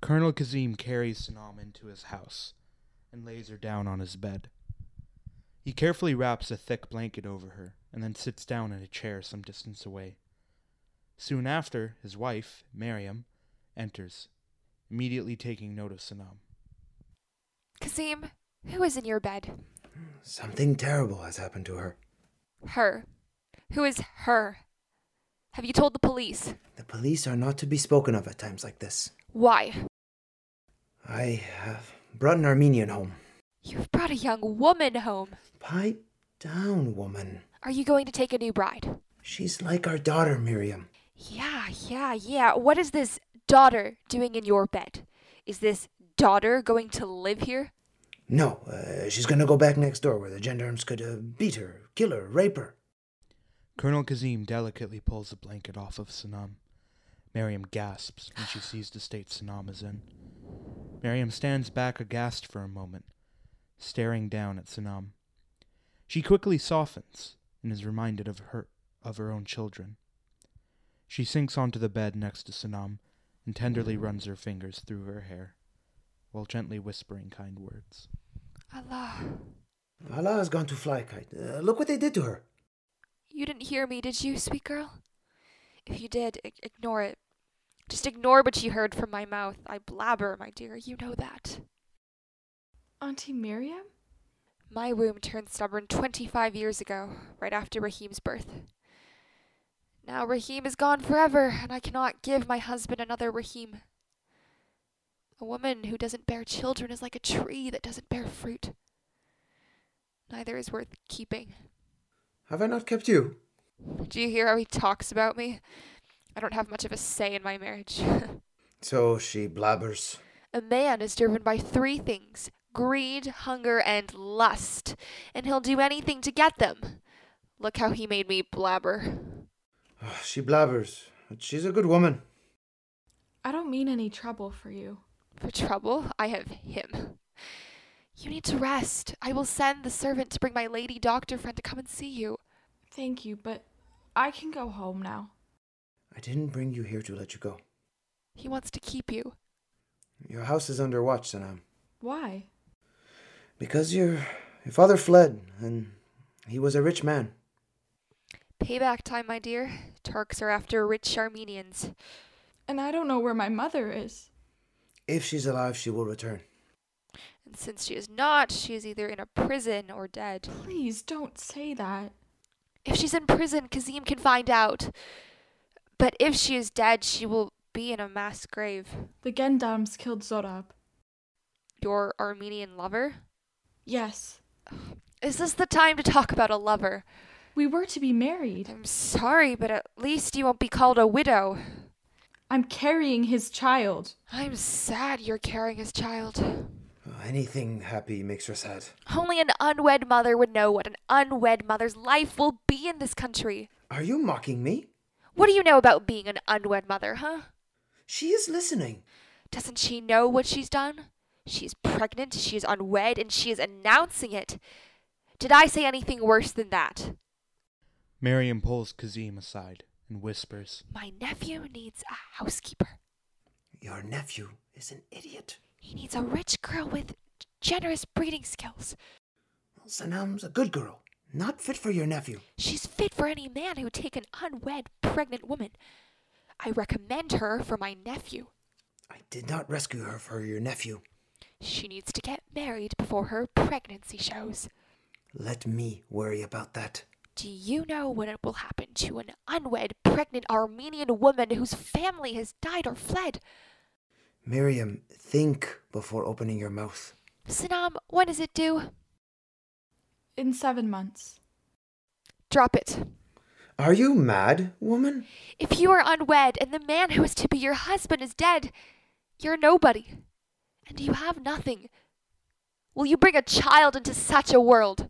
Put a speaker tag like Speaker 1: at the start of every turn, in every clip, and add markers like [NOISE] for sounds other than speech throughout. Speaker 1: Colonel Kazim carries Sanam into his house and lays her down on his bed. He carefully wraps a thick blanket over her and then sits down in a chair some distance away. Soon after, his wife, Mariam, enters, immediately taking note of Sanam.
Speaker 2: Kazim, who is in your bed?
Speaker 3: Something terrible has happened to her.
Speaker 2: Her. Who is her? Have you told the police?
Speaker 3: The police are not to be spoken of at times like this.
Speaker 2: Why?
Speaker 3: I have brought an Armenian home.
Speaker 2: You've brought a young woman home.
Speaker 3: Pipe down, woman.
Speaker 2: Are you going to take a new bride?
Speaker 3: She's like our daughter, Miriam.
Speaker 2: Yeah, yeah, yeah. What is this daughter doing in your bed? Is this daughter going to live here?
Speaker 3: No, uh, she's gonna go back next door where the gendarmes could uh, beat her, kill her, rape her.
Speaker 1: Colonel Kazim delicately pulls the blanket off of Sanam. Miriam gasps when she sees the state Sanam is in. Miriam stands back aghast for a moment, staring down at Sanam. She quickly softens and is reminded of her of her own children. She sinks onto the bed next to Sanam and tenderly runs her fingers through her hair, while gently whispering kind words.
Speaker 2: Allah,
Speaker 3: Allah has gone to fly kite. Uh, look what they did to her.
Speaker 2: you didn't hear me, did you, sweet girl? If you did, I- ignore it. Just ignore what you heard from my mouth. I blabber, my dear, you know that.
Speaker 4: Auntie Miriam?
Speaker 2: My womb turned stubborn 25 years ago, right after Rahim's birth. Now Rahim is gone forever, and I cannot give my husband another Rahim. A woman who doesn't bear children is like a tree that doesn't bear fruit. Neither is worth keeping.
Speaker 3: Have I not kept you?
Speaker 2: Do you hear how he talks about me? I don't have much of a say in my marriage. [LAUGHS]
Speaker 3: So she blabbers.
Speaker 2: A man is driven by three things greed, hunger, and lust, and he'll do anything to get them. Look how he made me blabber.
Speaker 3: Ugh, Ah, she blabbers, but she's a good woman.
Speaker 4: I don't mean any trouble for you.
Speaker 2: For trouble, I have him. You need to rest. I will send the servant to bring my lady doctor friend to come and see you.
Speaker 4: Thank you, but I can go home now.
Speaker 3: I didn't bring you here to let you go.
Speaker 2: He wants to keep you.
Speaker 3: Your house is under watch, Sanam.
Speaker 4: Why?
Speaker 3: Because your your father fled, and he was a rich man.
Speaker 2: Payback time, my dear. Turks are after rich Armenians.
Speaker 4: And I don't know where my mother is.
Speaker 3: If she's alive, she will return.
Speaker 2: And since she is not, she is either in a prison or dead.
Speaker 4: Please don't say that.
Speaker 2: If she's in prison, Kazim can find out. But if she is dead, she will be in a mass grave.
Speaker 4: The Gendams killed Zorab.
Speaker 2: Your Armenian lover?
Speaker 4: Yes.
Speaker 2: Is this the time to talk about a lover?
Speaker 4: We were to be married.
Speaker 2: I'm sorry, but at least you won't be called a widow.
Speaker 4: I'm carrying his child.
Speaker 2: I'm sad you're carrying his child.
Speaker 3: Uh, Anything happy makes her sad.
Speaker 2: Only an unwed mother would know what an unwed mother's life will be in this country.
Speaker 3: Are you mocking me?
Speaker 2: What do you know about being an unwed mother, huh?
Speaker 3: She is listening.
Speaker 2: Doesn't she know what she's done? She's pregnant, she is unwed, and she is announcing it. Did I say anything worse than that?
Speaker 1: Miriam pulls Kazim aside and whispers,
Speaker 2: My nephew needs a housekeeper.
Speaker 3: Your nephew is an idiot.
Speaker 2: He needs a rich girl with generous breeding skills.
Speaker 3: Sanam's a good girl, not fit for your nephew.
Speaker 2: She's fit for any man who would take an unwed pregnant woman. I recommend her for my nephew.
Speaker 3: I did not rescue her for your nephew.
Speaker 2: She needs to get married before her pregnancy shows.
Speaker 3: Let me worry about that.
Speaker 2: Do you know what it will happen to an unwed pregnant Armenian woman whose family has died or fled?
Speaker 3: Miriam, think before opening your mouth.
Speaker 2: Sanam, when is it due?
Speaker 4: In seven months.
Speaker 2: Drop it.
Speaker 3: Are you mad, woman?
Speaker 2: If you are unwed and the man who is to be your husband is dead, you're nobody. And you have nothing. Will you bring a child into such a world?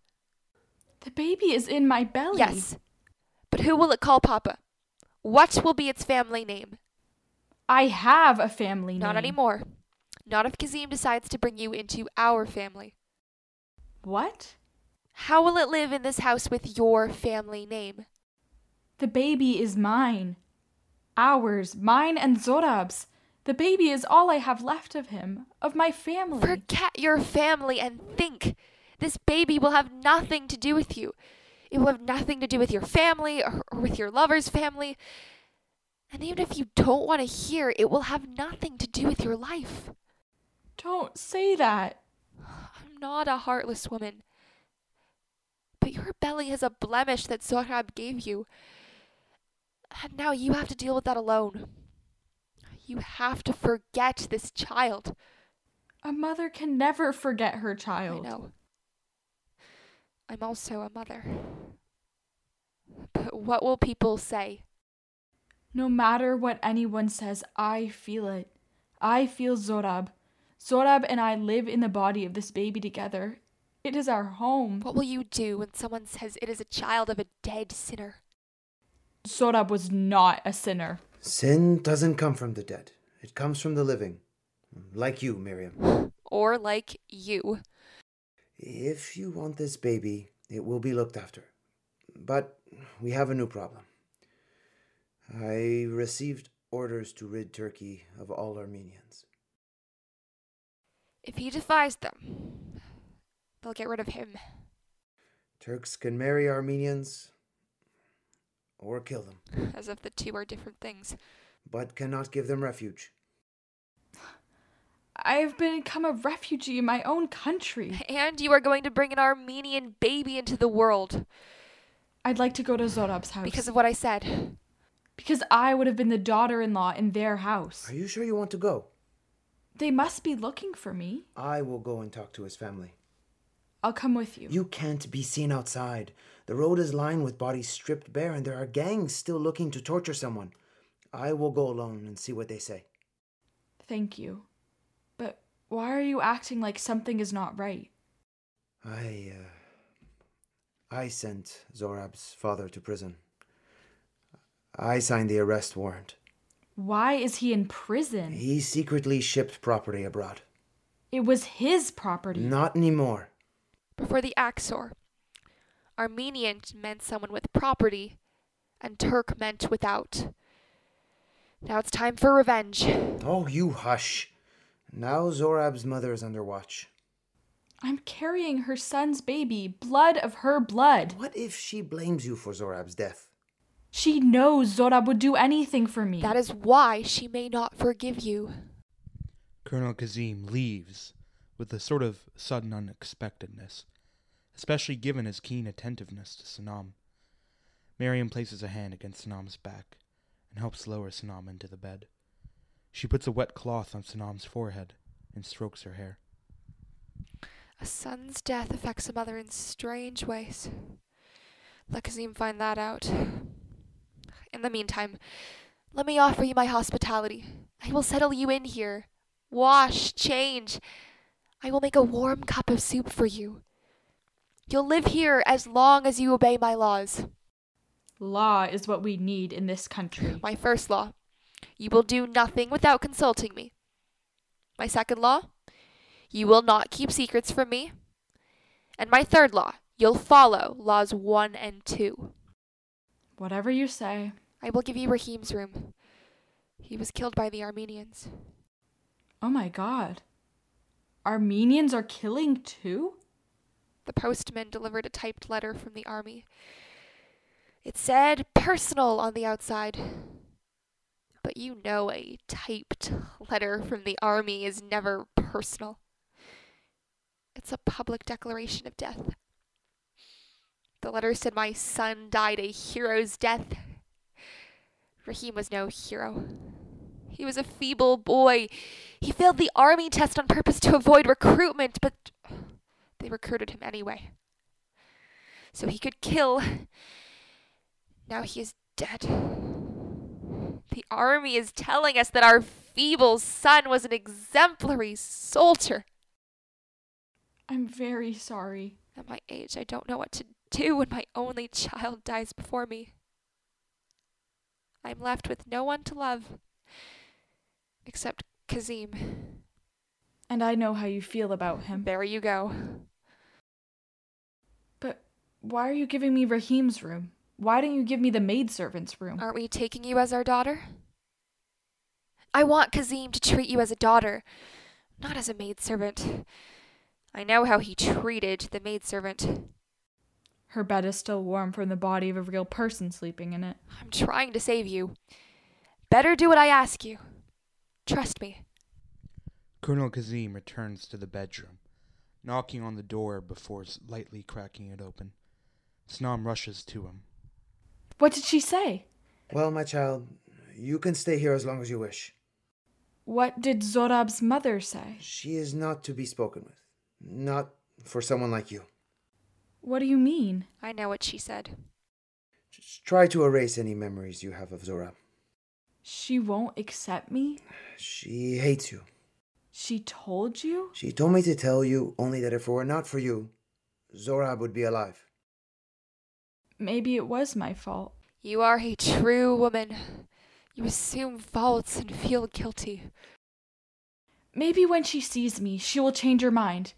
Speaker 4: The baby is in my belly.
Speaker 2: Yes. But who will it call Papa? What will be its family name?
Speaker 4: I have a family
Speaker 2: Not
Speaker 4: name.
Speaker 2: anymore. Not if Kazim decides to bring you into our family.
Speaker 4: What?
Speaker 2: How will it live in this house with your family name?
Speaker 4: The baby is mine. Ours, mine and Zorab's. The baby is all I have left of him, of my family.
Speaker 2: Forget your family and think. This baby will have nothing to do with you. It will have nothing to do with your family or, or with your lover's family. And even if you don't want to hear, it will have nothing to do with your life.
Speaker 4: Don't say that.
Speaker 2: I'm not a heartless woman. But your belly has a blemish that Sohrab gave you. And now you have to deal with that alone. You have to forget this child.
Speaker 4: A mother can never forget her child.
Speaker 2: I know. I'm also a mother. But what will people say?
Speaker 4: No matter what anyone says, I feel it. I feel Zorab. Zorab and I live in the body of this baby together. It is our home.
Speaker 2: What will you do when someone says it is a child of a dead sinner?
Speaker 4: Zorab was not a sinner.
Speaker 3: Sin doesn't come from the dead, it comes from the living. Like you, Miriam.
Speaker 2: Or like you?
Speaker 3: If you want this baby, it will be looked after. But we have a new problem. I received orders to rid Turkey of all Armenians.
Speaker 2: If he defies them, they'll get rid of him.
Speaker 3: Turks can marry Armenians or kill them,
Speaker 2: As if the two are different things.
Speaker 3: but cannot give them refuge.
Speaker 4: I have become a refugee in my own country.
Speaker 2: And you are going to bring an Armenian baby into the world
Speaker 4: I'd like to go to Zorab's house.
Speaker 2: because of what I said.
Speaker 4: Because I would have been the daughter in law in their house.
Speaker 3: Are you sure you want to go?
Speaker 4: They must be looking for me.
Speaker 3: I will go and talk to his family.
Speaker 4: I'll come with you.
Speaker 3: You can't be seen outside. The road is lined with bodies stripped bare, and there are gangs still looking to torture someone. I will go alone and see what they say.
Speaker 4: Thank you. But why are you acting like something is not right?
Speaker 3: I, uh, I sent Zorab's father to prison. I signed the arrest warrant.
Speaker 4: Why is he in prison?
Speaker 3: He secretly shipped property abroad.
Speaker 4: It was his property.
Speaker 3: Not anymore.
Speaker 2: Before the Axor, Armenian meant someone with property, and Turk meant without. Now it's time for revenge.
Speaker 3: Oh, you hush. Now Zorab's mother is under watch.
Speaker 4: I'm carrying her son's baby, blood of her blood.
Speaker 3: What if she blames you for Zorab's death?
Speaker 4: She knows Zorab would do anything for me.
Speaker 2: That is why she may not forgive you.
Speaker 1: Colonel Kazim leaves with a sort of sudden unexpectedness, especially given his keen attentiveness to Sanam. Miriam places a hand against Sanam's back and helps lower Sanam into the bed. She puts a wet cloth on Sanam's forehead and strokes her hair.
Speaker 2: A son's death affects a mother in strange ways. Let Kazim find that out. In the meantime, let me offer you my hospitality. I will settle you in here. Wash, change. I will make a warm cup of soup for you. You'll live here as long as you obey my laws.
Speaker 4: Law is what we need in this country.
Speaker 2: My first law you will do nothing without consulting me. My second law you will not keep secrets from me. And my third law you'll follow laws one and two.
Speaker 4: Whatever you say,
Speaker 2: I will give you Rahim's room. He was killed by the Armenians.
Speaker 4: oh my god. Armenians are killing too?
Speaker 2: The postman delivered a typed letter from the army. It said personal on the outside. But you know a typed letter from the army is never personal. It's a public declaration of death. The letter said my son died a hero's death. Rahim was no hero. He was a feeble boy. He failed the army test on purpose to avoid recruitment, but they recruited him anyway. So he could kill. Now he is dead. The army is telling us that our feeble son was an exemplary soldier.
Speaker 4: I'm very sorry.
Speaker 2: At my age, I don't know what to do when my only child dies before me. I'm left with no one to love except Kazim.
Speaker 4: And I know how you feel about him.
Speaker 2: There you go.
Speaker 4: But why are you giving me Rahim's room?
Speaker 2: Uh.
Speaker 4: Why don't you give me the maidservant's room?
Speaker 2: Aren't we taking you as our daughter? I want Kazim to treat you as a daughter, not as a maidservant. I know how he treated the maidservant.
Speaker 4: Her bed is still warm from the body of a real person sleeping in it.
Speaker 2: I'm trying to save you. Better do what I ask you. Trust me.
Speaker 1: Colonel Kazim returns to the bedroom, knocking on the door before s- lightly cracking it open. Snam rushes to him.
Speaker 4: What did she say?
Speaker 3: Well, my child, you can stay here as long as you wish.
Speaker 4: What did Zorab's mother say?
Speaker 3: She is not to be spoken with. Not for someone like you.
Speaker 4: What do you mean?
Speaker 2: I know what she said.
Speaker 3: Just try to erase any memories you have of Zora.
Speaker 4: She won't accept me?
Speaker 3: She hates you.
Speaker 4: She told you?
Speaker 3: She told me to tell you only that if it were not for you, Zorab would be alive.
Speaker 4: Maybe it was my fault.
Speaker 2: You are a true woman. You assume faults and feel guilty.
Speaker 4: Maybe when she sees me, she will change her mind.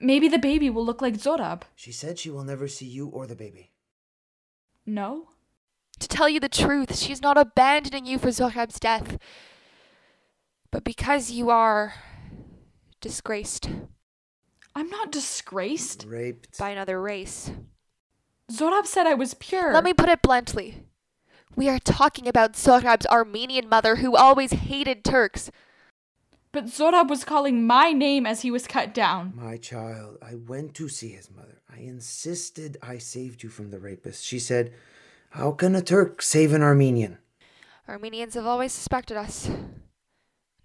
Speaker 4: Maybe the baby will look like Zorab.
Speaker 3: She said she will never see you or the baby.
Speaker 4: No?
Speaker 2: To tell you the truth, she's not abandoning you for Zohrab's death. But because you are disgraced
Speaker 4: I'm not disgraced.
Speaker 3: Raped.
Speaker 2: by another race.
Speaker 4: Zorab said I was pure.
Speaker 2: Let me put it bluntly. We are talking about Zohrab's Armenian mother who always hated Turks.
Speaker 4: But Zorab was calling my name as he was cut down.
Speaker 3: My child, I went to see his mother. I insisted I saved you from the rapist. She said, How can a Turk save an Armenian?
Speaker 2: Armenians have always suspected us.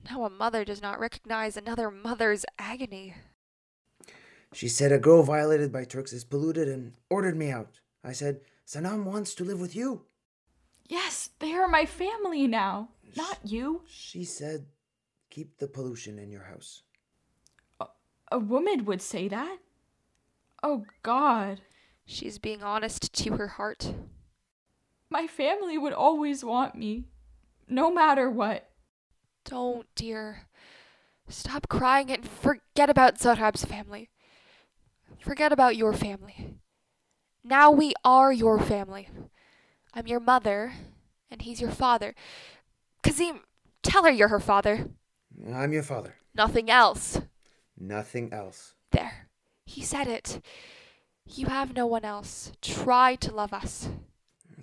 Speaker 2: Now a mother does not recognize another mother's agony.
Speaker 3: She said, A girl violated by Turks is polluted and ordered me out. I said, Sanam wants to live with you.
Speaker 4: Yes, they are my family now. Not you.
Speaker 3: She said, Keep the pollution in your house.
Speaker 4: A woman would say that. Oh, God.
Speaker 2: She's being honest to her heart.
Speaker 4: My family would always want me, no matter what.
Speaker 2: Don't, dear. Stop crying and forget about Zohrab's family. Forget about your family. Now we are your family. I'm your mother, and he's your father. Kazim, tell her you're her father.
Speaker 3: I'm your father.
Speaker 2: Nothing else.
Speaker 3: Nothing else.
Speaker 2: There. He said it. You have no one else. Try to love us.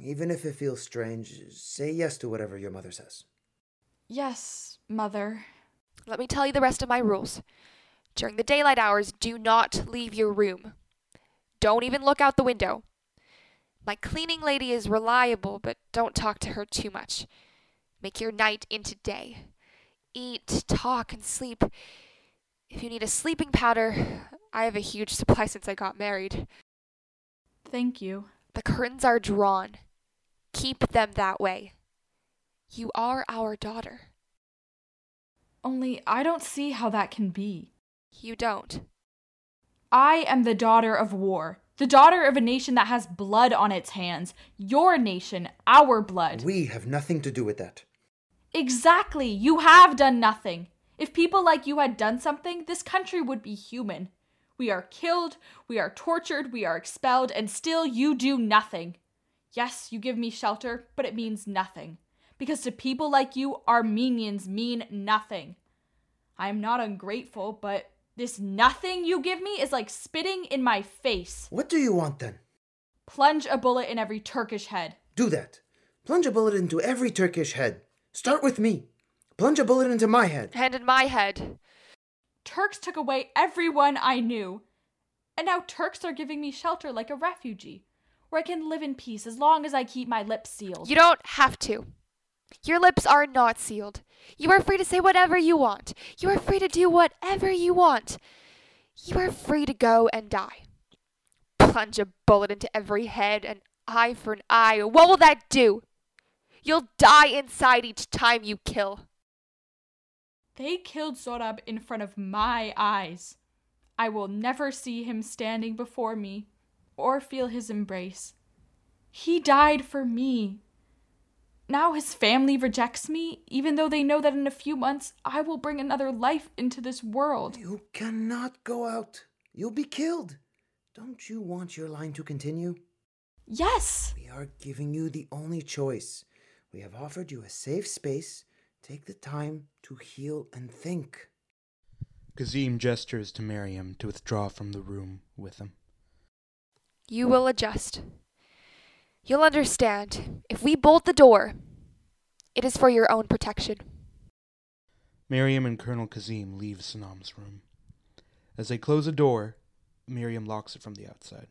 Speaker 3: Even if it feels strange, say yes to whatever your mother says.
Speaker 4: Yes, mother.
Speaker 2: Let me tell you the rest of my rules. During the daylight hours, do not leave your room. Don't even look out the window. My cleaning lady is reliable, but don't talk to her too much. Make your night into day. Eat, talk, and sleep. If you need a sleeping powder, I have a huge supply since I got married.
Speaker 4: Thank you.
Speaker 2: The curtains are drawn. Keep them that way. You are our daughter.
Speaker 4: Only I don't see how that can be.
Speaker 2: You don't.
Speaker 4: I am the daughter of war, the daughter of a nation that has blood on its hands. Your nation, our blood.
Speaker 3: We have nothing to do with that.
Speaker 4: exactly, you have done nothing. If people like you had done something, this country would be human. We are killed, we are tortured, we are expelled, and still you do nothing. Yes, you give me shelter, but it means nothing. Because to people like you, Armenians mean nothing. I am not ungrateful, but this nothing you give me is like spitting in my face.
Speaker 3: What do you want then?
Speaker 4: Plunge a bullet in every Turkish head.
Speaker 3: Do that. Plunge a bullet into every Turkish head. Start with me. Plunge a bullet into my head.
Speaker 2: And in my head,
Speaker 4: Turks took away everyone I knew. And now Turks are giving me shelter like a refugee, where I can live in peace as long as I keep my lips sealed.
Speaker 2: You don't have to. Your lips are not sealed. You are free to say whatever you want. You are free to do whatever you want. You are free to go and die. Plunge a bullet into every head, an eye for an eye. What will that do? You'll die inside each time you kill.
Speaker 4: they killed Zorab in front of my eyes. I will never see him standing before me or feel his embrace. He died for me. Now his family rejects me, even though they know that in a few months I will bring another life into this world.
Speaker 3: You cannot go out. You'll be killed. Don't you want your line to continue?
Speaker 4: Yes!
Speaker 3: We are giving you the only choice. We have offered you a safe space Take the time to heal and think.
Speaker 1: Kazim gestures to Miriam to withdraw from the room with him.
Speaker 2: You will adjust. You'll understand. If we bolt the door, it is for your own protection.
Speaker 1: Miriam and Colonel Kazim leave Sanam's room. As they close a door, Miriam locks it from the outside.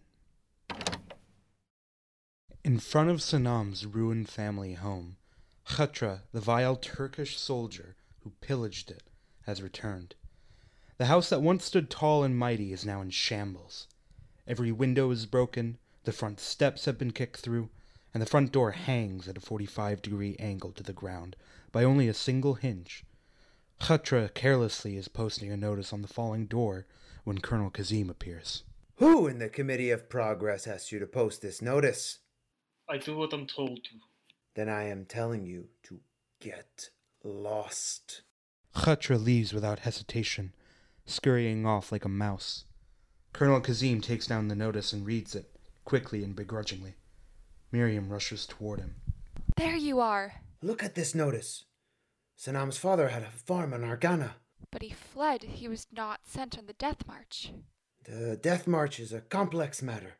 Speaker 1: In front of Sanam's ruined family home, Khatra, the vile Turkish soldier who pillaged it, has returned. The house that once stood tall and mighty is now in shambles. Every window is broken, the front steps have been kicked through, and the front door hangs at a 45 degree angle to the ground by only a single hinge. Khatra carelessly is posting a notice on the falling door when Colonel Kazim appears.
Speaker 3: Who in the Committee of Progress asked you to post this notice?
Speaker 5: I do what I'm told to.
Speaker 3: Then I am telling you to get lost.
Speaker 1: Khatra leaves without hesitation, scurrying off like a mouse. Colonel Kazim takes down the notice and reads it, quickly and begrudgingly. Miriam rushes toward him.
Speaker 2: There you are.
Speaker 3: Look at this notice. Sanam's father had a farm in Argana.
Speaker 2: But he fled. He was not sent on the death march.
Speaker 3: The death march is a complex matter.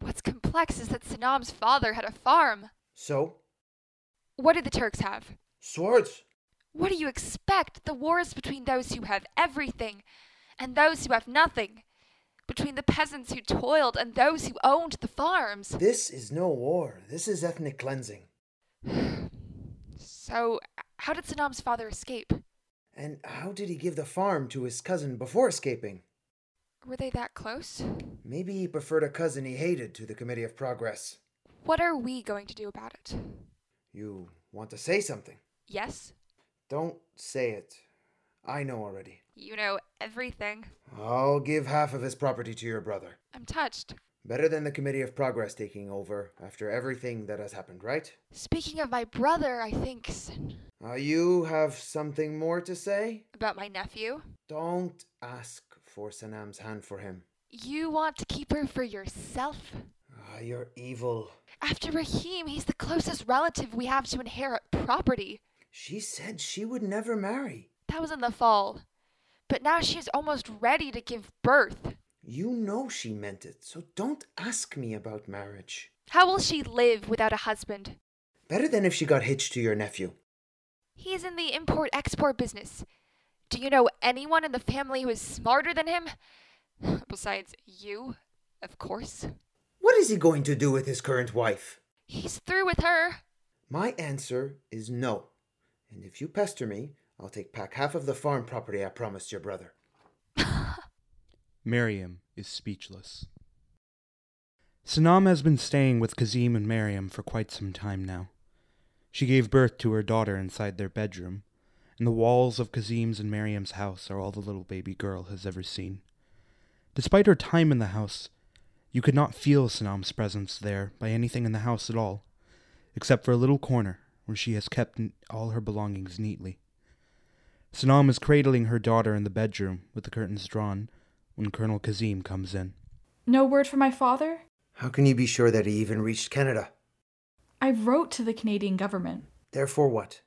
Speaker 2: What's complex is that Sanam's father had a farm.
Speaker 3: So,
Speaker 2: What do the Turks have?
Speaker 3: swords.
Speaker 2: What do you expect? The war is between those who have everything and those who have nothing, between the peasants who toiled and those who owned the farms. [SIGHS]
Speaker 3: This is no war. This is ethnic cleansing.
Speaker 2: So, how did Sanam's father escape?
Speaker 3: And how did he give the farm to his cousin before escaping?
Speaker 2: Were they that close?
Speaker 3: Maybe he preferred a cousin he hated to the Committee of Progress.
Speaker 2: What are we going to do about it?
Speaker 3: You want to say something?
Speaker 2: Yes,
Speaker 3: Don't say it. I know already.
Speaker 2: you know everything.
Speaker 3: I'll give half of his property to your brother.
Speaker 2: I'm touched.
Speaker 3: Better than the Committee of Progress taking over after everything that has happened, right?
Speaker 2: Speaking of my brother, I think, Sin-
Speaker 3: Uh, you have something more to say?
Speaker 2: about my nephew.
Speaker 3: Don't ask for Sanam's hand for him.
Speaker 2: You want to keep her for yourself?
Speaker 3: Ah, you're evil.
Speaker 2: After Rahim, he's the closest relative we have to inherit property.
Speaker 3: She said she would never marry.
Speaker 2: That was in the fall. But now she is almost ready to give birth.
Speaker 3: You know she meant it, so don't ask me about marriage.
Speaker 2: How will she live without a husband?
Speaker 3: Better than if she got hitched to your nephew.
Speaker 2: He's in the import export business. Do you know anyone in the family who is smarter than him? [SIGHS] Besides you, of course.
Speaker 3: What is he going to do with his current wife?
Speaker 2: He's through with her.
Speaker 3: My answer is no. And if you pester me, I'll take back half of the farm property I promised your brother.
Speaker 1: Miriam is speechless. Sanam has been staying with Kazim and Miriam for quite some time now. She gave birth to her daughter inside their bedroom, and the walls of Kazim's and Miriam's house are all the little baby girl has ever seen. Despite her time in the house, you could not feel Sanam's presence there by anything in the house at all, except for a little corner where she has kept n- all her belongings neatly. Sanam is cradling her daughter in the bedroom with the curtains drawn when Colonel Kazim comes in.
Speaker 4: No word from my father?
Speaker 3: How can you be sure that he even reached Canada?
Speaker 4: I wrote to the Canadian government.
Speaker 3: Therefore, what?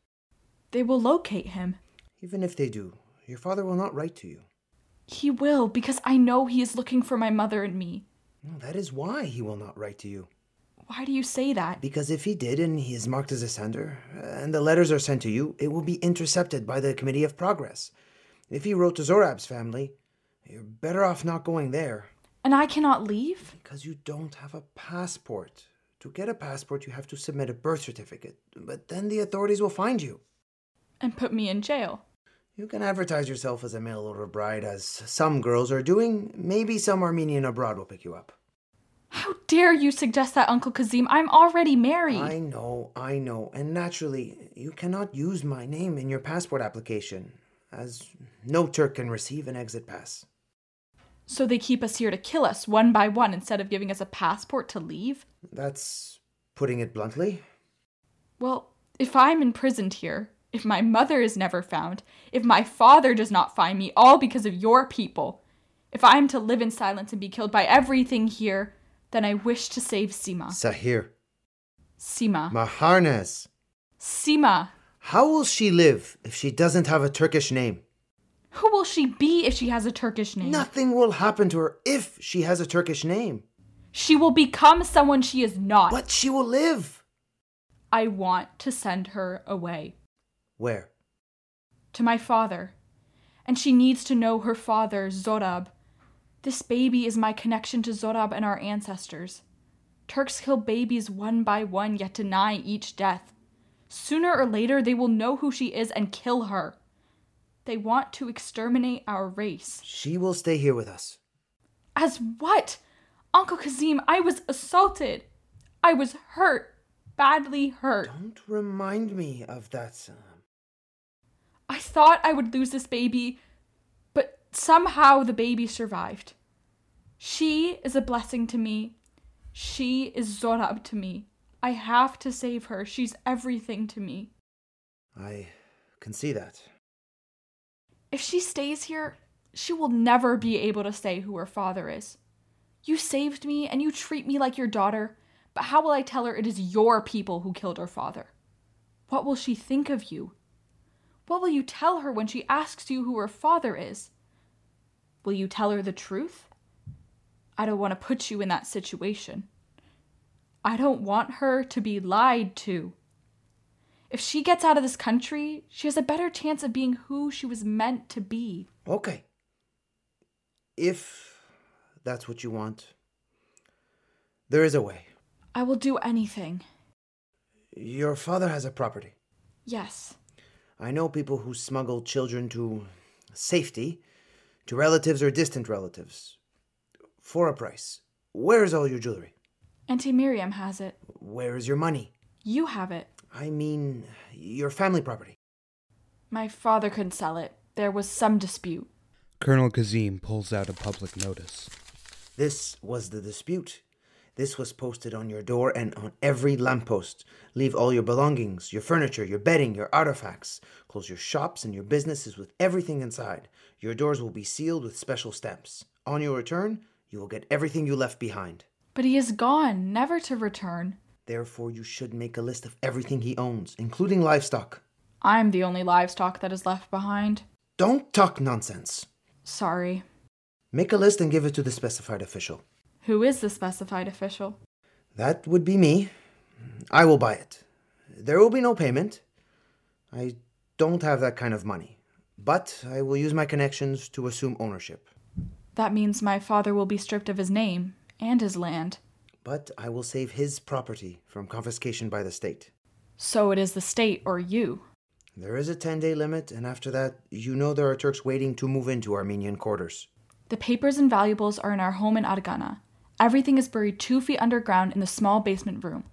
Speaker 4: They will locate him.
Speaker 3: Even if they do, your father will not write to you.
Speaker 4: He will, because I know he is looking for my mother and me.
Speaker 3: No, that is why he will not write to you.
Speaker 4: Why do you say that?
Speaker 3: Because if he did and he is marked as a sender, and the letters are sent to you, it will be intercepted by the Committee of Progress. If he wrote to Zorab's family, you're better off not going there.
Speaker 4: And I cannot leave?
Speaker 3: Because you don't have a passport. To get a passport, you have to submit a birth certificate, but then the authorities will find you.
Speaker 4: And put me in jail.
Speaker 3: You can advertise yourself as a mail order bride, as some girls are doing. Maybe some Armenian abroad will pick you up.
Speaker 4: How dare you suggest that, Uncle Kazim? I'm already married.
Speaker 3: I know, I know. And naturally, you cannot use my name in your passport application, as no Turk can receive an exit pass.
Speaker 4: So they keep us here to kill us one by one instead of giving us a passport to leave?
Speaker 3: That's putting it bluntly.
Speaker 4: Well, if I'm imprisoned here, if my mother is never found, if my father does not find me, all because of your people, if I am to live in silence and be killed by everything here, then I wish to save Sima.
Speaker 3: Sahir.
Speaker 4: Sima.
Speaker 3: Maharnes.
Speaker 4: Sima.
Speaker 3: How will she live if she doesn't have a Turkish name?
Speaker 4: Who will she be if she has a Turkish name?
Speaker 3: Nothing will happen to her if she has a Turkish name.
Speaker 4: She will become someone she is not.
Speaker 3: But she will live.
Speaker 4: I want to send her away
Speaker 3: Where?
Speaker 4: to my father. And she needs to know her father, Zorab. This baby is my connection to Zorab and our ancestors. Turks kill babies one by one, yet deny each death. Sooner or later, they will know who she is and kill her. They want to exterminate our race.
Speaker 3: She will stay here with us.
Speaker 4: As what? Uncle Kazim, I was assaulted. I was hurt. Badly hurt.
Speaker 3: Don't remind me of that, Sam.
Speaker 4: I thought I would lose this baby, but somehow the baby survived. She is a blessing to me. She is Zorab to me. I have to save her. She's everything to me.
Speaker 3: I can see that.
Speaker 4: If she stays here, she will never be able to say who her father is. You saved me and you treat me like your daughter, but how will I tell her it is your people who killed her father? What will she think of you? What will you tell her when she asks you who her father is? Will you tell her the truth? I don't want to put you in that situation. I don't want her to be lied to. If she gets out of this country, she has a better chance of being who she was meant to be.
Speaker 3: Okay. If that's what you want, there is a way.
Speaker 4: I will do anything.
Speaker 3: Your father has a property.
Speaker 4: Yes.
Speaker 3: I know people who smuggle children to safety, to relatives or distant relatives, for a price. Where is all your jewelry?
Speaker 4: Auntie Miriam has it.
Speaker 3: Where is your money?
Speaker 4: You have it.
Speaker 3: I mean, your family property.
Speaker 4: My father couldn't sell it. There was some dispute.
Speaker 1: Colonel Kazim pulls out a public notice.
Speaker 3: This was the dispute. This was posted on your door and on every lamppost. Leave all your belongings, your furniture, your bedding, your artifacts. Close your shops and your businesses with everything inside. Your doors will be sealed with special stamps. On your return, you will get everything you left behind.
Speaker 4: But he is gone, never to return.
Speaker 3: Therefore, you should make a list of everything he owns, including livestock.
Speaker 4: I'm the only livestock that is left behind.
Speaker 3: Don't talk nonsense.
Speaker 4: Sorry.
Speaker 3: Make a list and give it to the specified official.
Speaker 4: Who is the specified official?
Speaker 3: That would be me. I will buy it. There will be no payment. I don't have that kind of money. But I will use my connections to assume ownership.
Speaker 4: That means my father will be stripped of his name and his land.
Speaker 3: But I will save his property from confiscation by the state.
Speaker 4: So it is the state or you.
Speaker 3: There is a 10 day limit, and after that, you know there are Turks waiting to move into Armenian quarters.
Speaker 4: The papers and valuables are in our home in Adgana. Everything is buried two feet underground in the small basement room.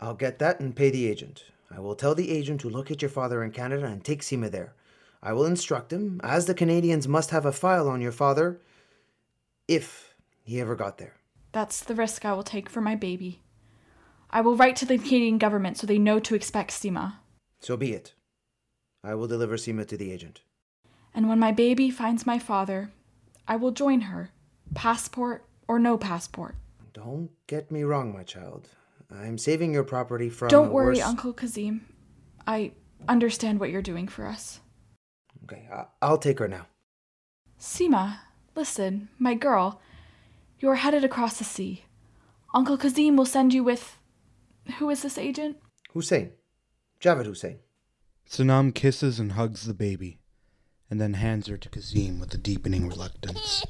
Speaker 3: I'll get that and pay the agent. I will tell the agent to locate your father in Canada and take Sima there. I will instruct him, as the Canadians must have a file on your father, if he ever got there.
Speaker 4: That's the risk I will take for my baby. I will write to the Canadian government so they know to expect Sima.
Speaker 3: So be it. I will deliver Sima to the agent.
Speaker 4: And when my baby finds my father, I will join her, passport or no passport.
Speaker 3: Don't get me wrong, my child. I'm saving your property from.
Speaker 4: Don't
Speaker 3: the
Speaker 4: worry,
Speaker 3: worst-
Speaker 4: Uncle Kazim. I understand what you're doing for us.
Speaker 3: Okay, I- I'll take her now.
Speaker 4: Sima, listen, my girl. You are headed across the sea. Uncle Kazim will send you with. Who is this agent?
Speaker 3: Hussein. Javed Hussein.
Speaker 1: Sanam kisses and hugs the baby, and then hands her to Kazim with a deepening reluctance.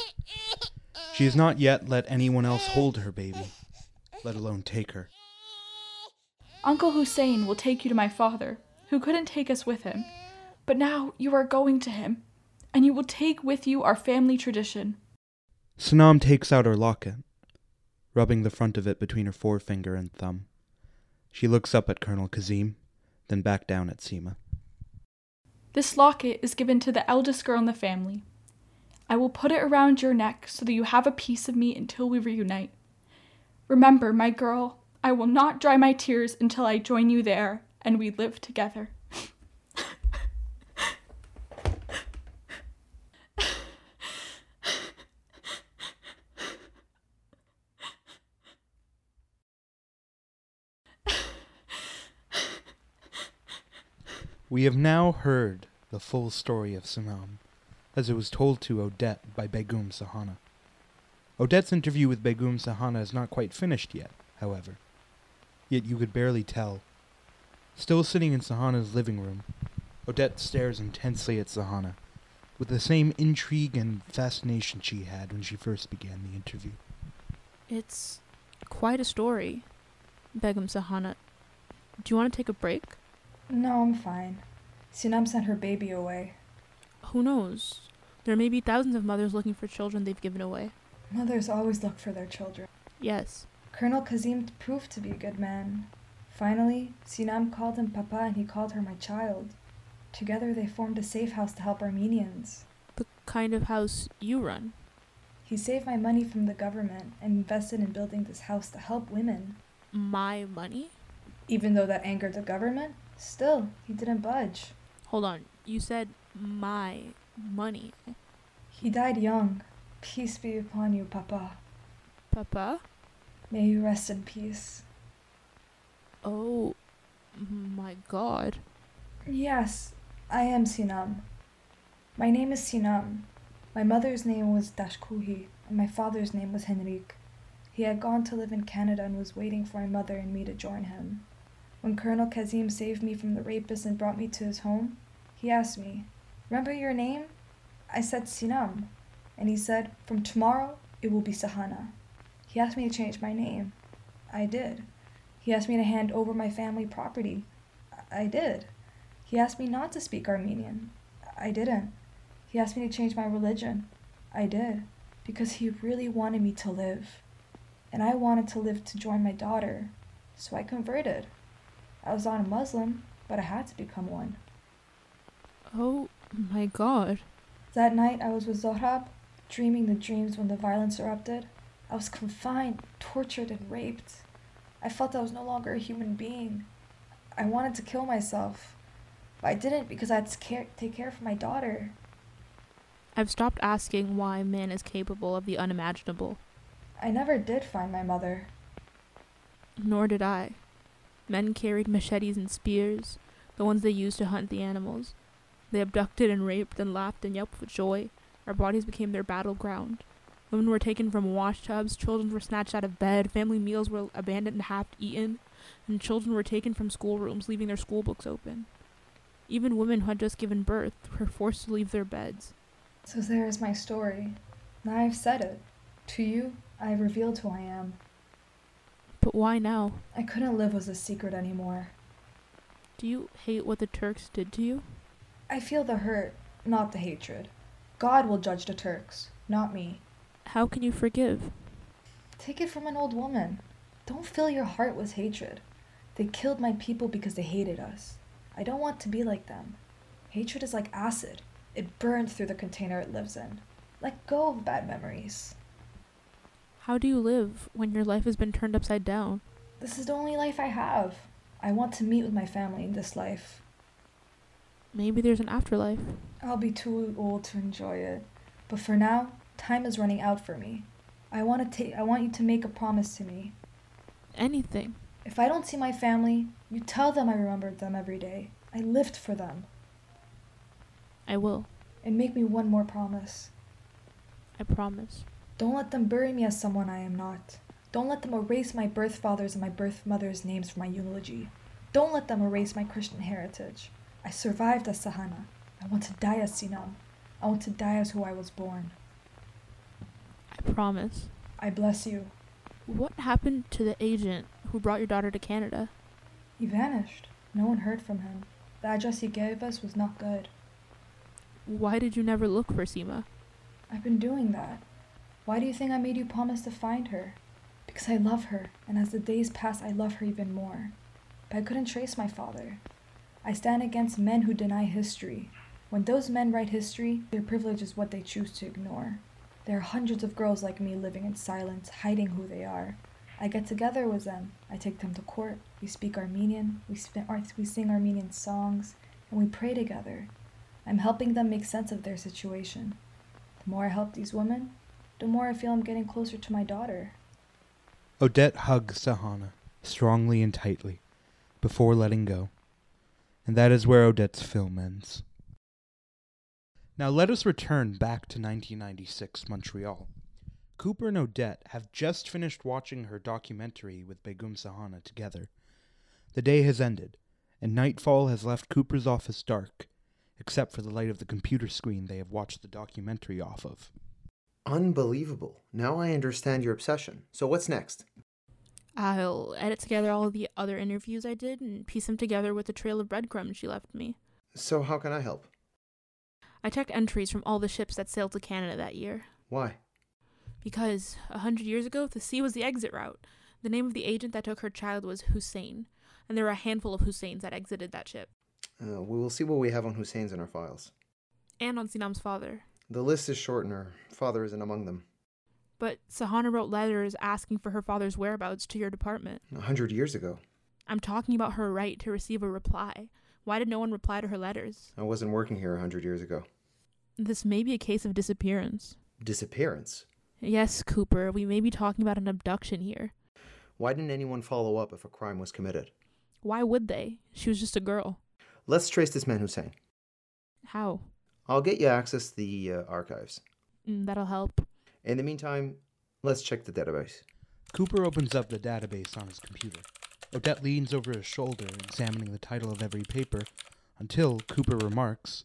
Speaker 1: She has not yet let anyone else hold her baby, let alone take her.
Speaker 4: Uncle Hussein will take you to my father, who couldn't take us with him. But now you are going to him, and you will take with you our family tradition.
Speaker 1: Sanam takes out her locket, rubbing the front of it between her forefinger and thumb. She looks up at Colonel Kazim, then back down at Seema.
Speaker 4: This locket is given to the eldest girl in the family. I will put it around your neck so that you have a piece of me until we reunite. Remember, my girl, I will not dry my tears until I join you there and we live together.
Speaker 1: We have now heard the full story of Sanam, as it was told to Odette by Begum Sahana. Odette's interview with Begum Sahana is not quite finished yet, however. Yet you could barely tell. Still sitting in Sahana's living room, Odette stares intensely at Sahana, with the same intrigue and fascination she had when she first began the interview.
Speaker 6: It's quite a story, Begum Sahana. Do you want to take a break?
Speaker 7: No, I'm fine. Sinam sent her baby away.
Speaker 6: Who knows? There may be thousands of mothers looking for children they've given away.
Speaker 7: Mothers always look for their children.
Speaker 6: Yes.
Speaker 7: Colonel Kazim proved to be a good man. Finally, Sinam called him Papa and he called her my child. Together they formed a safe house to help Armenians.
Speaker 6: The kind of house you run.
Speaker 7: He saved my money from the government and invested in building this house to help women.
Speaker 6: My money?
Speaker 7: Even though that angered the government, still, he didn't budge.
Speaker 6: Hold on. You said my money.
Speaker 7: He died young. Peace be upon you, Papa.
Speaker 6: Papa?
Speaker 7: May you rest in peace.
Speaker 6: Oh my god.
Speaker 7: Yes, I am Sinam. My name is Sinam. My mother's name was Dashkuhi, and my father's name was Henrik. He had gone to live in Canada and was waiting for my mother and me to join him. When Colonel Kazim saved me from the rapist and brought me to his home, he asked me, Remember your name? I said Sinam. And he said, From tomorrow, it will be Sahana. He asked me to change my name. I did. He asked me to hand over my family property. I I did. He asked me not to speak Armenian. I didn't. He asked me to change my religion. I did. Because he really wanted me to live. And I wanted to live to join my daughter. So I converted. I was not a Muslim, but I had to become one.
Speaker 6: Oh my god.
Speaker 7: That night I was with Zohrab, dreaming the dreams when the violence erupted. I was confined, tortured, and raped. I felt I was no longer a human being. I wanted to kill myself. But I didn't because I had to care- take care of my daughter.
Speaker 6: I've stopped asking why man is capable of the unimaginable.
Speaker 7: I never did find my mother.
Speaker 6: Nor did I. Men carried machetes and spears, the ones they used to hunt the animals. They abducted and raped and laughed and yelped with joy. Our bodies became their battleground. Women were taken from wash tubs, children were snatched out of bed, family meals were abandoned and half eaten, and children were taken from schoolrooms, leaving their school books open. Even women who had just given birth were forced to leave their beds.
Speaker 7: So there is my story. Now I've said it. To you, I have revealed who I am.
Speaker 6: But why now?
Speaker 7: I couldn't live as a secret anymore.
Speaker 6: Do you hate what the Turks did to you?
Speaker 7: I feel the hurt, not the hatred. God will judge the Turks, not me.
Speaker 6: How can you forgive?
Speaker 7: Take it from an old woman. Don't fill your heart with hatred. They killed my people because they hated us. I don't want to be like them. Hatred is like acid, it burns through the container it lives in. Let go of bad memories.
Speaker 6: How do you live when your life has been turned upside down?
Speaker 7: This is the only life I have. I want to meet with my family in this life.
Speaker 6: Maybe there's an afterlife.
Speaker 7: I'll be too old to enjoy it. But for now, time is running out for me. I want to ta- I want you to make a promise to me.
Speaker 6: Anything.
Speaker 7: If I don't see my family, you tell them I remembered them every day. I lived for them.
Speaker 6: I will.
Speaker 7: And make me one more promise.
Speaker 6: I promise.
Speaker 7: Don't let them bury me as someone I am not. Don't let them erase my birth father's and my birth mother's names from my eulogy. Don't let them erase my Christian heritage. I survived as Sahana. I want to die as Sinam. I want to die as who I was born.
Speaker 6: I promise.
Speaker 7: I bless you.
Speaker 6: What happened to the agent who brought your daughter to Canada?
Speaker 7: He vanished. No one heard from him. The address he gave us was not good.
Speaker 6: Why did you never look for Seema?
Speaker 7: I've been doing that. Why do you think I made you promise to find her? Because I love her, and as the days pass, I love her even more. But I couldn't trace my father. I stand against men who deny history. When those men write history, their privilege is what they choose to ignore. There are hundreds of girls like me living in silence, hiding who they are. I get together with them. I take them to court. We speak Armenian. We, spin, ar- we sing Armenian songs. And we pray together. I'm helping them make sense of their situation. The more I help these women, the more I feel I'm getting closer to my daughter.
Speaker 1: Odette hugs Sahana strongly and tightly before letting go. And that is where Odette's film ends. Now let us return back to 1996 Montreal. Cooper and Odette have just finished watching her documentary with Begum Sahana together. The day has ended, and nightfall has left Cooper's office dark, except for the light of the computer screen they have watched the documentary off of.
Speaker 3: Unbelievable. Now I understand your obsession. So what's next?
Speaker 6: I'll edit together all the other interviews I did and piece them together with the trail of breadcrumbs she left me.
Speaker 3: So how can I help?
Speaker 6: I checked entries from all the ships that sailed to Canada that year.
Speaker 3: Why?
Speaker 6: Because a hundred years ago, the sea was the exit route. The name of the agent that took her child was Hussein, and there were a handful of Husseins that exited that ship,
Speaker 3: Uh, we will see what we have on Hussein's in our files.
Speaker 6: and on Sinam's father.
Speaker 3: The list is short and her father isn't among them.
Speaker 6: But Sahana wrote letters asking for her father's whereabouts to your department.
Speaker 3: A hundred years ago.
Speaker 6: I'm talking about her right to receive a reply. Why did no one reply to her letters?
Speaker 3: I wasn't working here a hundred years ago.
Speaker 6: This may be a case of disappearance.
Speaker 3: Disappearance?
Speaker 6: Yes, Cooper, we may be talking about an abduction here.
Speaker 3: Why didn't anyone follow up if a crime was committed?
Speaker 6: Why would they? She was just a girl.
Speaker 3: Let's trace this man Hussein.
Speaker 6: How?
Speaker 3: I'll get you access to the uh, archives.
Speaker 6: Mm, that'll help.
Speaker 3: In the meantime, let's check the database.
Speaker 1: Cooper opens up the database on his computer. Odette leans over his shoulder, examining the title of every paper, until Cooper remarks,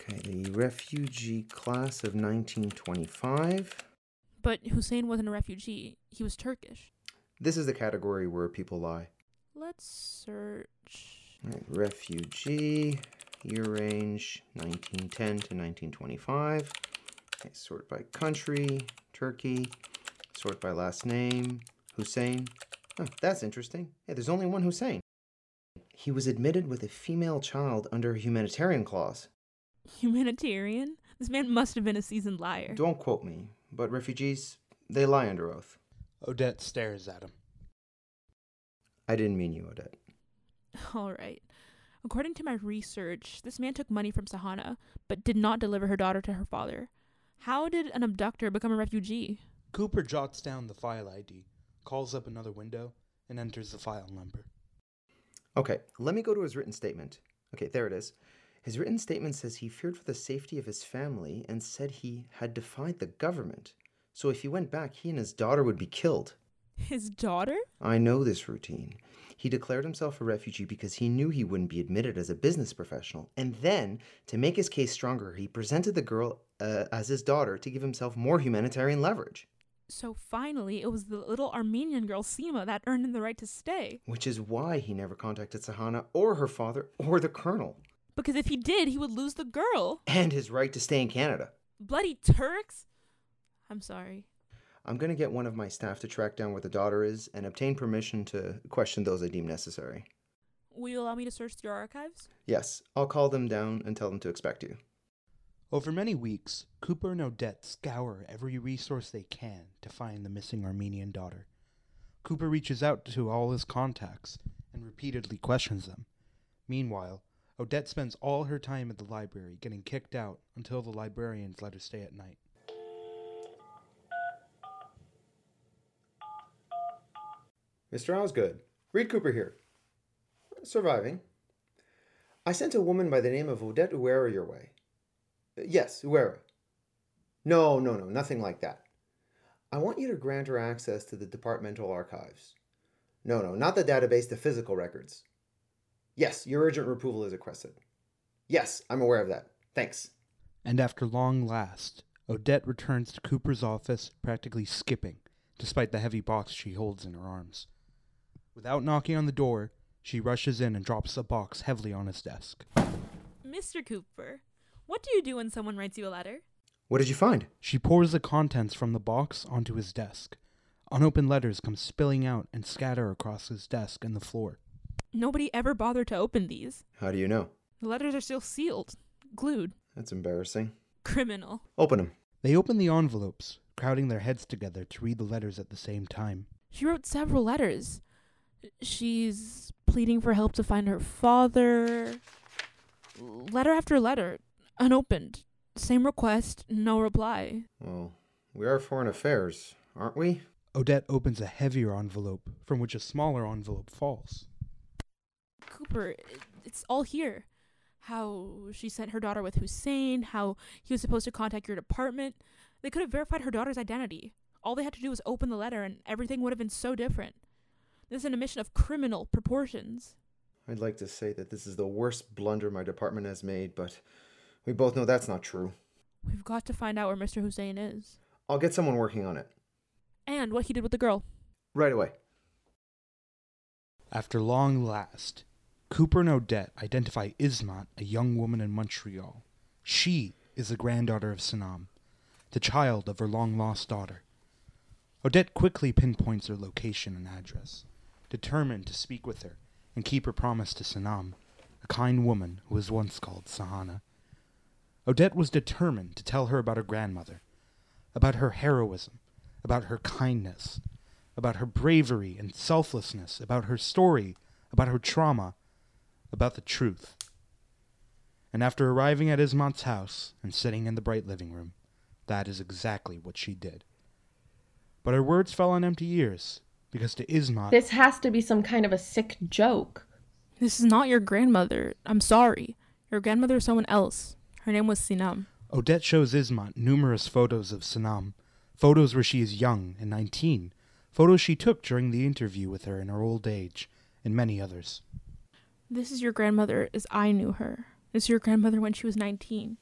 Speaker 3: Okay, the refugee class of 1925.
Speaker 6: But Hussein wasn't a refugee. He was Turkish.
Speaker 3: This is the category where people lie.
Speaker 6: Let's search.
Speaker 3: All right, refugee, year range 1910 to 1925. Okay, sort by country, Turkey, sort by last name, Hussein. Huh, that's interesting. Hey, there's only one Hussein. He was admitted with a female child under a humanitarian clause.
Speaker 6: Humanitarian? This man must have been a seasoned liar.
Speaker 3: Don't quote me, but refugees, they lie under oath.
Speaker 1: Odette stares at him.
Speaker 3: I didn't mean you, Odette.
Speaker 6: [LAUGHS] All right. According to my research, this man took money from Sahana, but did not deliver her daughter to her father. How did an abductor become a refugee?
Speaker 1: Cooper jots down the file ID, calls up another window, and enters the file number.
Speaker 3: Okay, let me go to his written statement. Okay, there it is. His written statement says he feared for the safety of his family and said he had defied the government. So if he went back, he and his daughter would be killed.
Speaker 6: His daughter?
Speaker 3: I know this routine. He declared himself a refugee because he knew he wouldn't be admitted as a business professional. And then, to make his case stronger, he presented the girl uh, as his daughter to give himself more humanitarian leverage.
Speaker 6: So finally, it was the little Armenian girl Seema that earned him the right to stay.
Speaker 3: Which is why he never contacted Sahana or her father or the colonel,
Speaker 6: Because if he did, he would lose the girl.
Speaker 3: and his right to stay in Canada.
Speaker 6: Bloody Turks! I'm sorry.
Speaker 3: I'm going to get one of my staff to track down where the daughter is and obtain permission to question those I deem necessary.
Speaker 6: Will you allow me to search your archives?
Speaker 3: Yes, I'll call them down and tell them to expect you.
Speaker 1: Over many weeks, Cooper and Odette scour every resource they can to find the missing Armenian daughter. Cooper reaches out to all his contacts and repeatedly questions them. Meanwhile, Odette spends all her time at the library getting kicked out until the librarians let her stay at night.
Speaker 3: Mr. Osgood, Reed Cooper here. Surviving. I sent a woman by the name of Odette Uera your way. Uh, Yes, Uera. No, no, no, nothing like that. I want you to grant her access to the departmental archives. No, no, not the database, the physical records. Yes, your urgent approval is requested. Yes, I'm aware of that. Thanks.
Speaker 1: And after long last, Odette returns to Cooper's office, practically skipping, despite the heavy box she holds in her arms. Without knocking on the door, she rushes in and drops the box heavily on his desk.
Speaker 6: Mr. Cooper, what do you do when someone writes you a letter?
Speaker 3: What did you find?
Speaker 1: She pours the contents from the box onto his desk. Unopened letters come spilling out and scatter across his desk and the floor.
Speaker 6: Nobody ever bothered to open these.
Speaker 3: How do you know?
Speaker 6: The letters are still sealed, glued.
Speaker 3: That's embarrassing.
Speaker 6: Criminal.
Speaker 3: Open them.
Speaker 1: They open the envelopes, crowding their heads together to read the letters at the same time.
Speaker 6: She wrote several letters. She's pleading for help to find her father. Letter after letter, unopened. Same request, no reply.
Speaker 3: Well, we are foreign affairs, aren't we?
Speaker 1: Odette opens a heavier envelope, from which a smaller envelope falls.
Speaker 6: Cooper, it's all here. How she sent her daughter with Hussein, how he was supposed to contact your department. They could have verified her daughter's identity. All they had to do was open the letter, and everything would have been so different. This is an admission of criminal proportions.
Speaker 8: I'd like to say that this is the worst blunder my department has made, but we both know that's not true.
Speaker 6: We've got to find out where Mr. Hussein is
Speaker 8: I'll get someone working on it.
Speaker 6: and what he did with the girl.
Speaker 8: Right away.
Speaker 1: After long last, Cooper and Odette identify Ismat, a young woman in Montreal. She is the granddaughter of Sanam, the child of her long lost daughter. Odette quickly pinpoints her location and address, determined to speak with her and keep her promise to Sanam, a kind woman who was once called Sahana. Odette was determined to tell her about her grandmother, about her heroism, about her kindness, about her bravery and selflessness, about her story, about her trauma, about the truth. And after arriving at Ismat's house and sitting in the bright living room, that is exactly what she did. But her words fell on empty ears, because to Ismat,
Speaker 9: This has to be some kind of a sick joke.
Speaker 6: This is not your grandmother. I'm sorry. Your grandmother is someone else. Her name was Sinam.
Speaker 1: Odette shows Ismat numerous photos of Sanam, photos where she is young and 19, photos she took during the interview with her in her old age, and many others.
Speaker 6: This is your grandmother as I knew her. This is your grandmother when she was 19.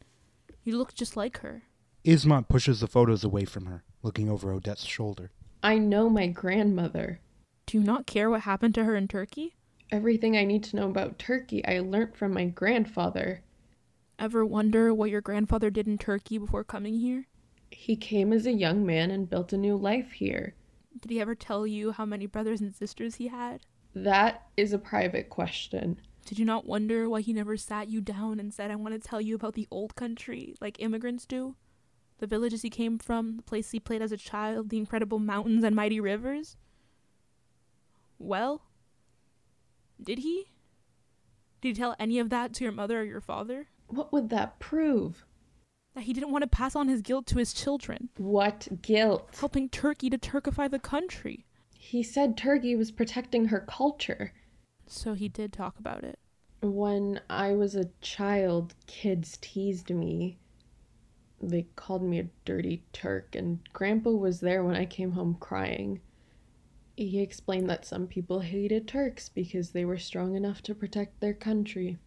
Speaker 6: You look just like her.
Speaker 1: Ismat pushes the photos away from her, looking over Odette's shoulder.
Speaker 9: I know my grandmother.
Speaker 6: Do you not care what happened to her in Turkey?
Speaker 9: Everything I need to know about Turkey I learnt from my grandfather.
Speaker 6: Ever wonder what your grandfather did in Turkey before coming here?
Speaker 9: He came as a young man and built a new life here.
Speaker 6: Did he ever tell you how many brothers and sisters he had?
Speaker 9: That is a private question.
Speaker 6: Did you not wonder why he never sat you down and said, I want to tell you about the old country, like immigrants do? The villages he came from, the place he played as a child, the incredible mountains and mighty rivers? Well, did he? Did he tell any of that to your mother or your father?
Speaker 9: What would that prove?
Speaker 6: That he didn't want to pass on his guilt to his children,
Speaker 9: What guilt?
Speaker 6: helping Turkey to Turkify the country.
Speaker 9: He said Turkey was protecting her culture.
Speaker 6: So he did talk about it.
Speaker 9: When I was a child, kids teased me. They called me a dirty Turk, and Grandpa was there when I came home crying. He explained that some people hated Turks because they were strong enough to protect their country.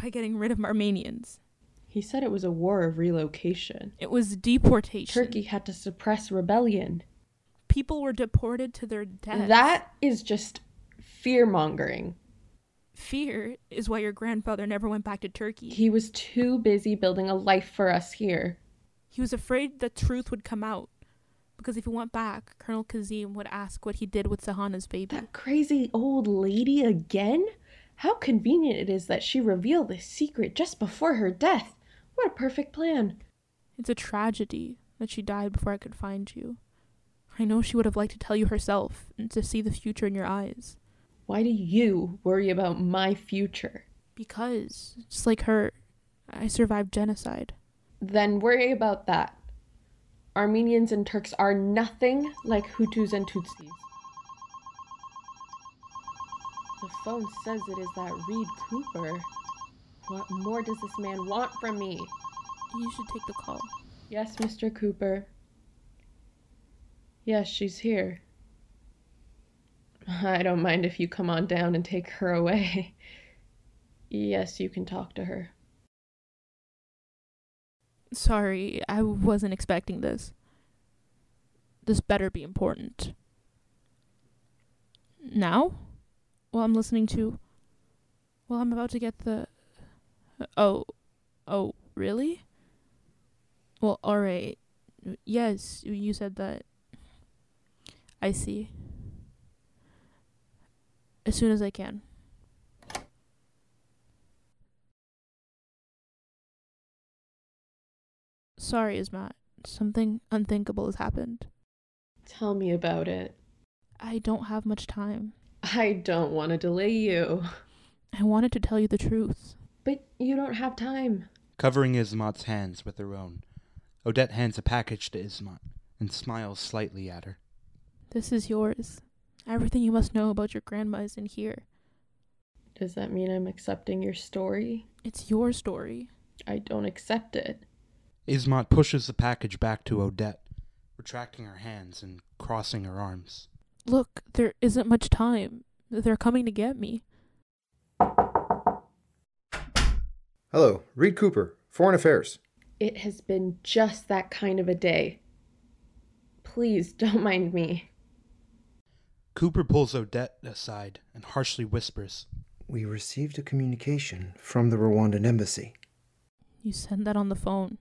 Speaker 6: By getting rid of Armenians.
Speaker 9: He said it was a war of relocation.
Speaker 6: It was deportation.
Speaker 9: Turkey had to suppress rebellion.
Speaker 6: People were deported to their deaths.
Speaker 9: That is just fear mongering.
Speaker 6: fear is why your grandfather never went back to Turkey.
Speaker 9: He was too busy building a life for us here.
Speaker 6: He was afraid the truth would come out. Because if he went back, Colonel Kazim would ask what he did with Sahana's baby.
Speaker 9: That crazy old lady again? How convenient it is that she revealed this secret just before her death. What a perfect plan.
Speaker 6: It's a tragedy that she died before I could find you. I know she would have liked to tell you herself and to see the future in your eyes.
Speaker 9: Why do you worry about my future?
Speaker 6: Because, just like her, I survived genocide.
Speaker 9: Then worry about that. Armenians and Turks are nothing like Hutus and Tutsis. The phone says it is that Reed Cooper. What more does this man want from me?
Speaker 6: You should take the call.
Speaker 9: Yes, Mr. Cooper. Yes, she's here. I don't mind if you come on down and take her away. Yes, you can talk to her.
Speaker 6: Sorry, I wasn't expecting this. This better be important. Now? Well, I'm listening to. Well, I'm about to get the. Oh. Oh, really? Well, alright. Yes, you said that. I see. As soon as I can. Sorry, Ismat. Something unthinkable has happened.
Speaker 9: Tell me about it.
Speaker 6: I don't have much time.
Speaker 9: I don't want to delay you.
Speaker 6: I wanted to tell you the truth.
Speaker 9: But you don't have time.
Speaker 1: Covering Ismat's hands with her own, Odette hands a package to Ismat and smiles slightly at her.
Speaker 6: This is yours. Everything you must know about your grandma is in here.
Speaker 9: Does that mean I'm accepting your story?
Speaker 6: It's your story.
Speaker 9: I don't accept it.
Speaker 1: Ismont pushes the package back to Odette, retracting her hands and crossing her arms.
Speaker 6: Look, there isn't much time. They're coming to get me.
Speaker 8: Hello, Reed Cooper, Foreign Affairs.
Speaker 9: It has been just that kind of a day. Please don't mind me.
Speaker 1: Cooper pulls Odette aside and harshly whispers,
Speaker 3: We received a communication from the Rwandan embassy.
Speaker 6: You said that on the phone.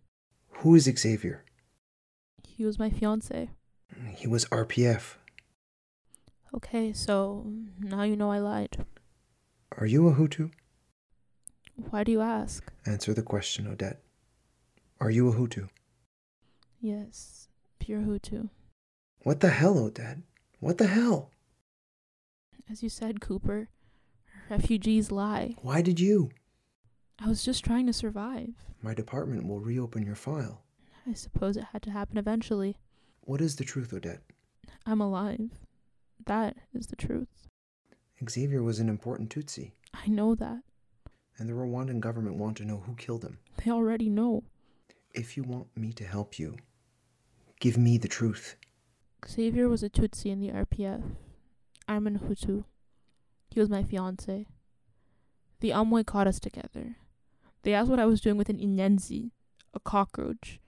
Speaker 3: Who is Xavier?
Speaker 6: He was my fiance.
Speaker 3: He was RPF.
Speaker 6: Okay, so now you know I lied.
Speaker 3: Are you a Hutu?
Speaker 6: Why do you ask?
Speaker 3: Answer the question, Odette. Are you a Hutu?
Speaker 6: Yes, pure Hutu.
Speaker 3: What the hell, Odette? What the hell?
Speaker 6: As you said, Cooper, refugees lie.
Speaker 3: Why did you?
Speaker 6: I was just trying to survive.
Speaker 3: My department will reopen your file.
Speaker 6: I suppose it had to happen eventually.
Speaker 3: What is the truth, Odette?
Speaker 6: I'm alive. That is the truth.
Speaker 3: Xavier was an important Tutsi,
Speaker 6: I know that.
Speaker 3: and the Rwandan government want to know who killed him.
Speaker 6: They already know.
Speaker 3: If you want me to help you, give me the truth.
Speaker 6: Xavier was a Tutsi in the RPF. I'm an Hutu. He was my fiance. The Amway caught us together. They asked what I was doing with an Inyenzi, a cockroach.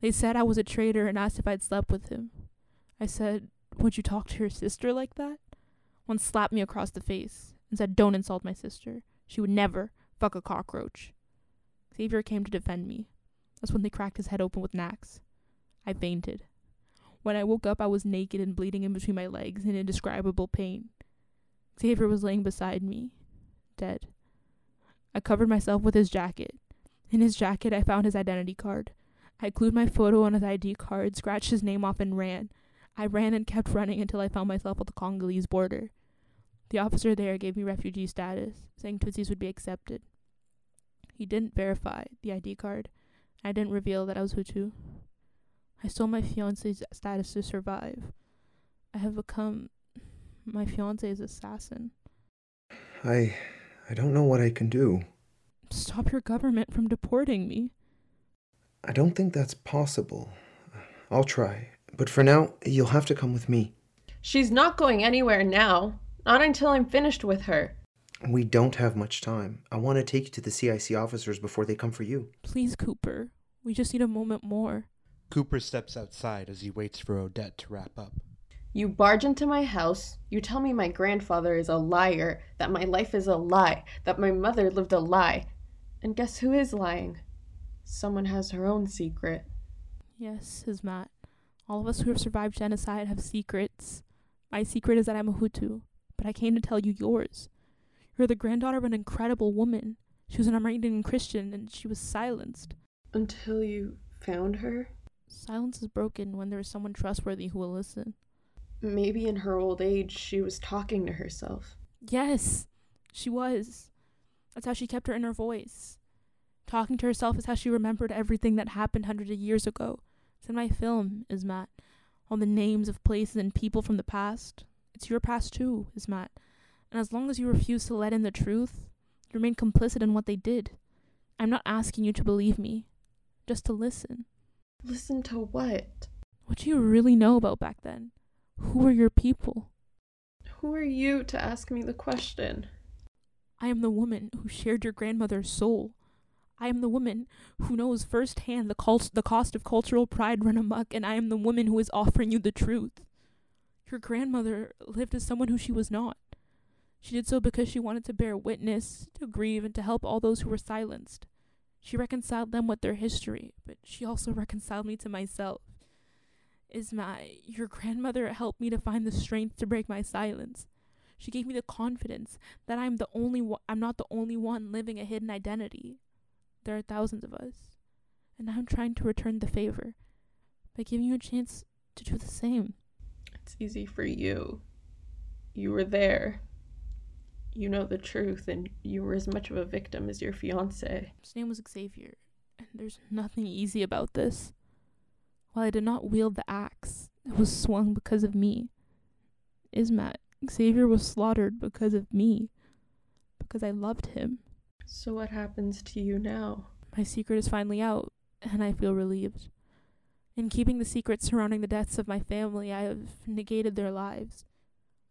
Speaker 6: They said I was a traitor and asked if I'd slept with him. I said, Would you talk to your sister like that? One slapped me across the face and said, Don't insult my sister. She would never fuck a cockroach. Xavier came to defend me. That's when they cracked his head open with an axe. I fainted. When I woke up, I was naked and bleeding in between my legs in indescribable pain. Xavier was laying beside me, dead. I covered myself with his jacket. In his jacket, I found his identity card. I glued my photo on his ID card, scratched his name off, and ran. I ran and kept running until I found myself at the Congolese border. The officer there gave me refugee status, saying Tutsis would be accepted. He didn't verify the ID card. I didn't reveal that I was Hutu. I stole my fiance's status to survive. I have become my fiance's assassin.
Speaker 3: I. I don't know what I can do.
Speaker 6: Stop your government from deporting me.
Speaker 3: I don't think that's possible. I'll try. But for now, you'll have to come with me.
Speaker 9: She's not going anywhere now. Not until I'm finished with her.
Speaker 3: We don't have much time. I want to take you to the CIC officers before they come for you.
Speaker 6: Please, Cooper. We just need a moment more.
Speaker 1: Cooper steps outside as he waits for Odette to wrap up.
Speaker 9: You barge into my house. You tell me my grandfather is a liar, that my life is a lie, that my mother lived a lie. And guess who is lying? Someone has her own secret.
Speaker 6: Yes, says Matt. All of us who have survived genocide have secrets. My secret is that I'm a Hutu, but I came to tell you yours. You're the granddaughter of an incredible woman. She was an Armenian Christian, and she was silenced.
Speaker 9: Until you found her?
Speaker 6: Silence is broken when there is someone trustworthy who will listen.
Speaker 9: Maybe in her old age she was talking to herself.
Speaker 6: Yes, she was. That's how she kept her inner voice. Talking to herself is how she remembered everything that happened hundreds of years ago. It's in my film, Ismat. All the names of places and people from the past. It's your past too, Ismat. And as long as you refuse to let in the truth, you remain complicit in what they did. I'm not asking you to believe me, just to listen.
Speaker 9: Listen to what?
Speaker 6: What do you really know about back then? Who were your people?
Speaker 9: Who are you to ask me the question?
Speaker 6: I am the woman who shared your grandmother's soul. I am the woman who knows firsthand the, cult- the cost of cultural pride run amok, and I am the woman who is offering you the truth. Your grandmother lived as someone who she was not. She did so because she wanted to bear witness, to grieve, and to help all those who were silenced. She reconciled them with their history, but she also reconciled me to myself. Isma, your grandmother helped me to find the strength to break my silence. She gave me the confidence that I'm the only one, I'm not the only one living a hidden identity. There are thousands of us, and I'm trying to return the favor by giving you a chance to do the same.
Speaker 9: It's easy for you. You were there. You know the truth, and you were as much of a victim as your fiance.
Speaker 6: His name was Xavier, and there's nothing easy about this. While I did not wield the axe, it was swung because of me. Ismat, Xavier was slaughtered because of me, because I loved him.
Speaker 9: So, what happens to you now?
Speaker 6: My secret is finally out, and I feel relieved. In keeping the secrets surrounding the deaths of my family, I have negated their lives.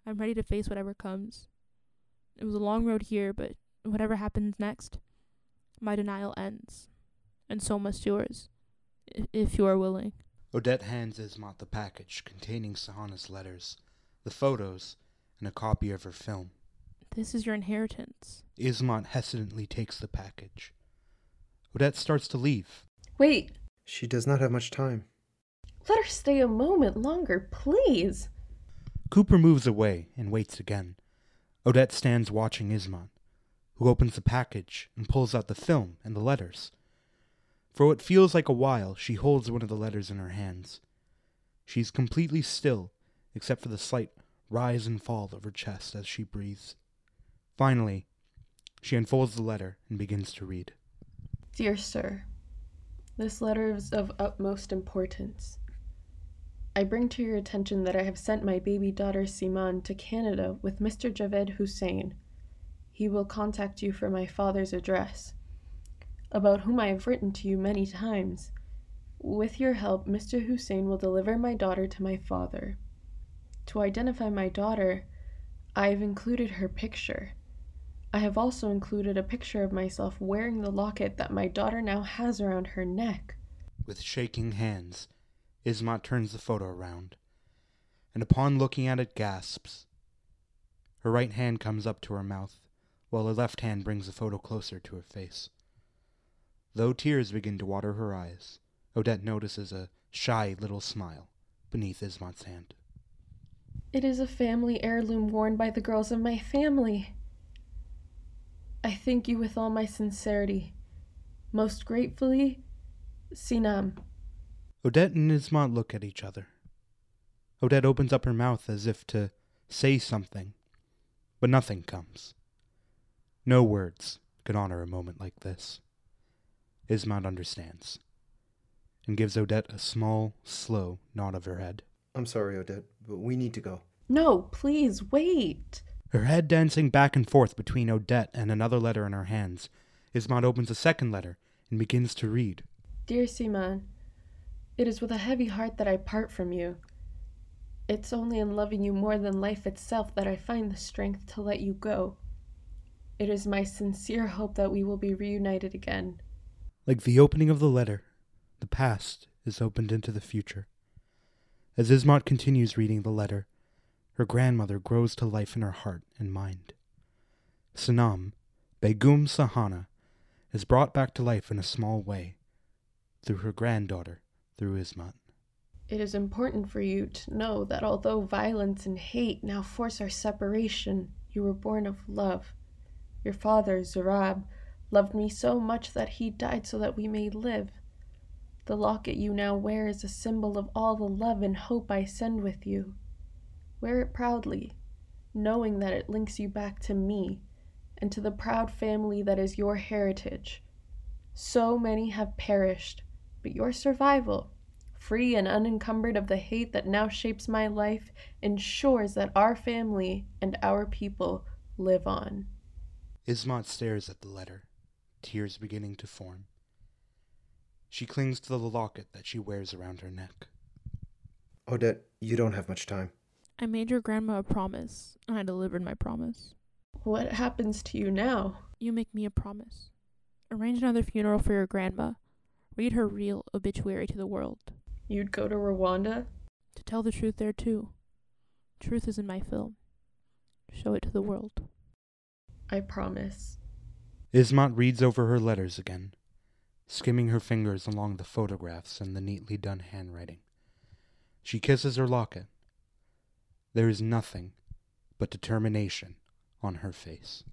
Speaker 6: I'm ready to face whatever comes. It was a long road here, but whatever happens next, my denial ends. And so must yours, i- if you are willing.
Speaker 1: Odette hands Ismat the package containing Sahana's letters, the photos, and a copy of her film.
Speaker 6: This is your inheritance.
Speaker 1: Ismat hesitantly takes the package. Odette starts to leave.
Speaker 9: Wait,
Speaker 8: She does not have much time.
Speaker 9: let her stay a moment longer, please.
Speaker 1: Cooper moves away and waits again. Odette stands watching Ismat, who opens the package and pulls out the film and the letters. For what feels like a while, she holds one of the letters in her hands. She's completely still, except for the slight rise and fall of her chest as she breathes. Finally, she unfolds the letter and begins to read.
Speaker 9: Dear Sir, this letter is of utmost importance. I bring to your attention that I have sent my baby daughter Siman to Canada with Mr. Javed Hussein. He will contact you for my father's address, about whom I have written to you many times. With your help, Mr. Hussein will deliver my daughter to my father. To identify my daughter, I have included her picture. I have also included a picture of myself wearing the locket that my daughter now has around her neck.
Speaker 1: With shaking hands, Ismat turns the photo around, and upon looking at it, gasps. Her right hand comes up to her mouth, while her left hand brings the photo closer to her face. Though tears begin to water her eyes, Odette notices a shy little smile beneath Ismat's hand.
Speaker 9: It is a family heirloom worn by the girls of my family. I thank you with all my sincerity. Most gratefully, Sinam.
Speaker 1: Odette and Ismat look at each other. Odette opens up her mouth as if to say something, but nothing comes. No words could honor a moment like this. Ismat understands and gives Odette a small, slow nod of her head.
Speaker 8: I'm sorry, Odette, but we need to go.
Speaker 9: No, please wait.
Speaker 1: Her head dancing back and forth between Odette and another letter in her hands, Ismat opens a second letter and begins to read.
Speaker 9: Dear Siman, it is with a heavy heart that I part from you. It's only in loving you more than life itself that I find the strength to let you go. It is my sincere hope that we will be reunited again.
Speaker 1: Like the opening of the letter, the past is opened into the future. As Ismot continues reading the letter, her grandmother grows to life in her heart and mind. Sanam, Begum Sahana, is brought back to life in a small way through her granddaughter, through Ismat.
Speaker 9: It is important for you to know that although violence and hate now force our separation, you were born of love. Your father, Zurab, loved me so much that he died so that we may live. The locket you now wear is a symbol of all the love and hope I send with you. Wear it proudly, knowing that it links you back to me and to the proud family that is your heritage. So many have perished, but your survival, free and unencumbered of the hate that now shapes my life, ensures that our family and our people live on.
Speaker 1: Ismot stares at the letter, tears beginning to form. She clings to the locket that she wears around her neck.
Speaker 8: Odette, you don't have much time.
Speaker 6: I made your grandma a promise, and I delivered my promise.
Speaker 9: What happens to you now?
Speaker 6: You make me a promise. Arrange another funeral for your grandma. Read her real obituary to the world.
Speaker 9: You'd go to Rwanda?
Speaker 6: To tell the truth there, too. Truth is in my film. Show it to the world.
Speaker 9: I promise.
Speaker 1: Ismat reads over her letters again, skimming her fingers along the photographs and the neatly done handwriting. She kisses her locket. There is nothing but determination on her face.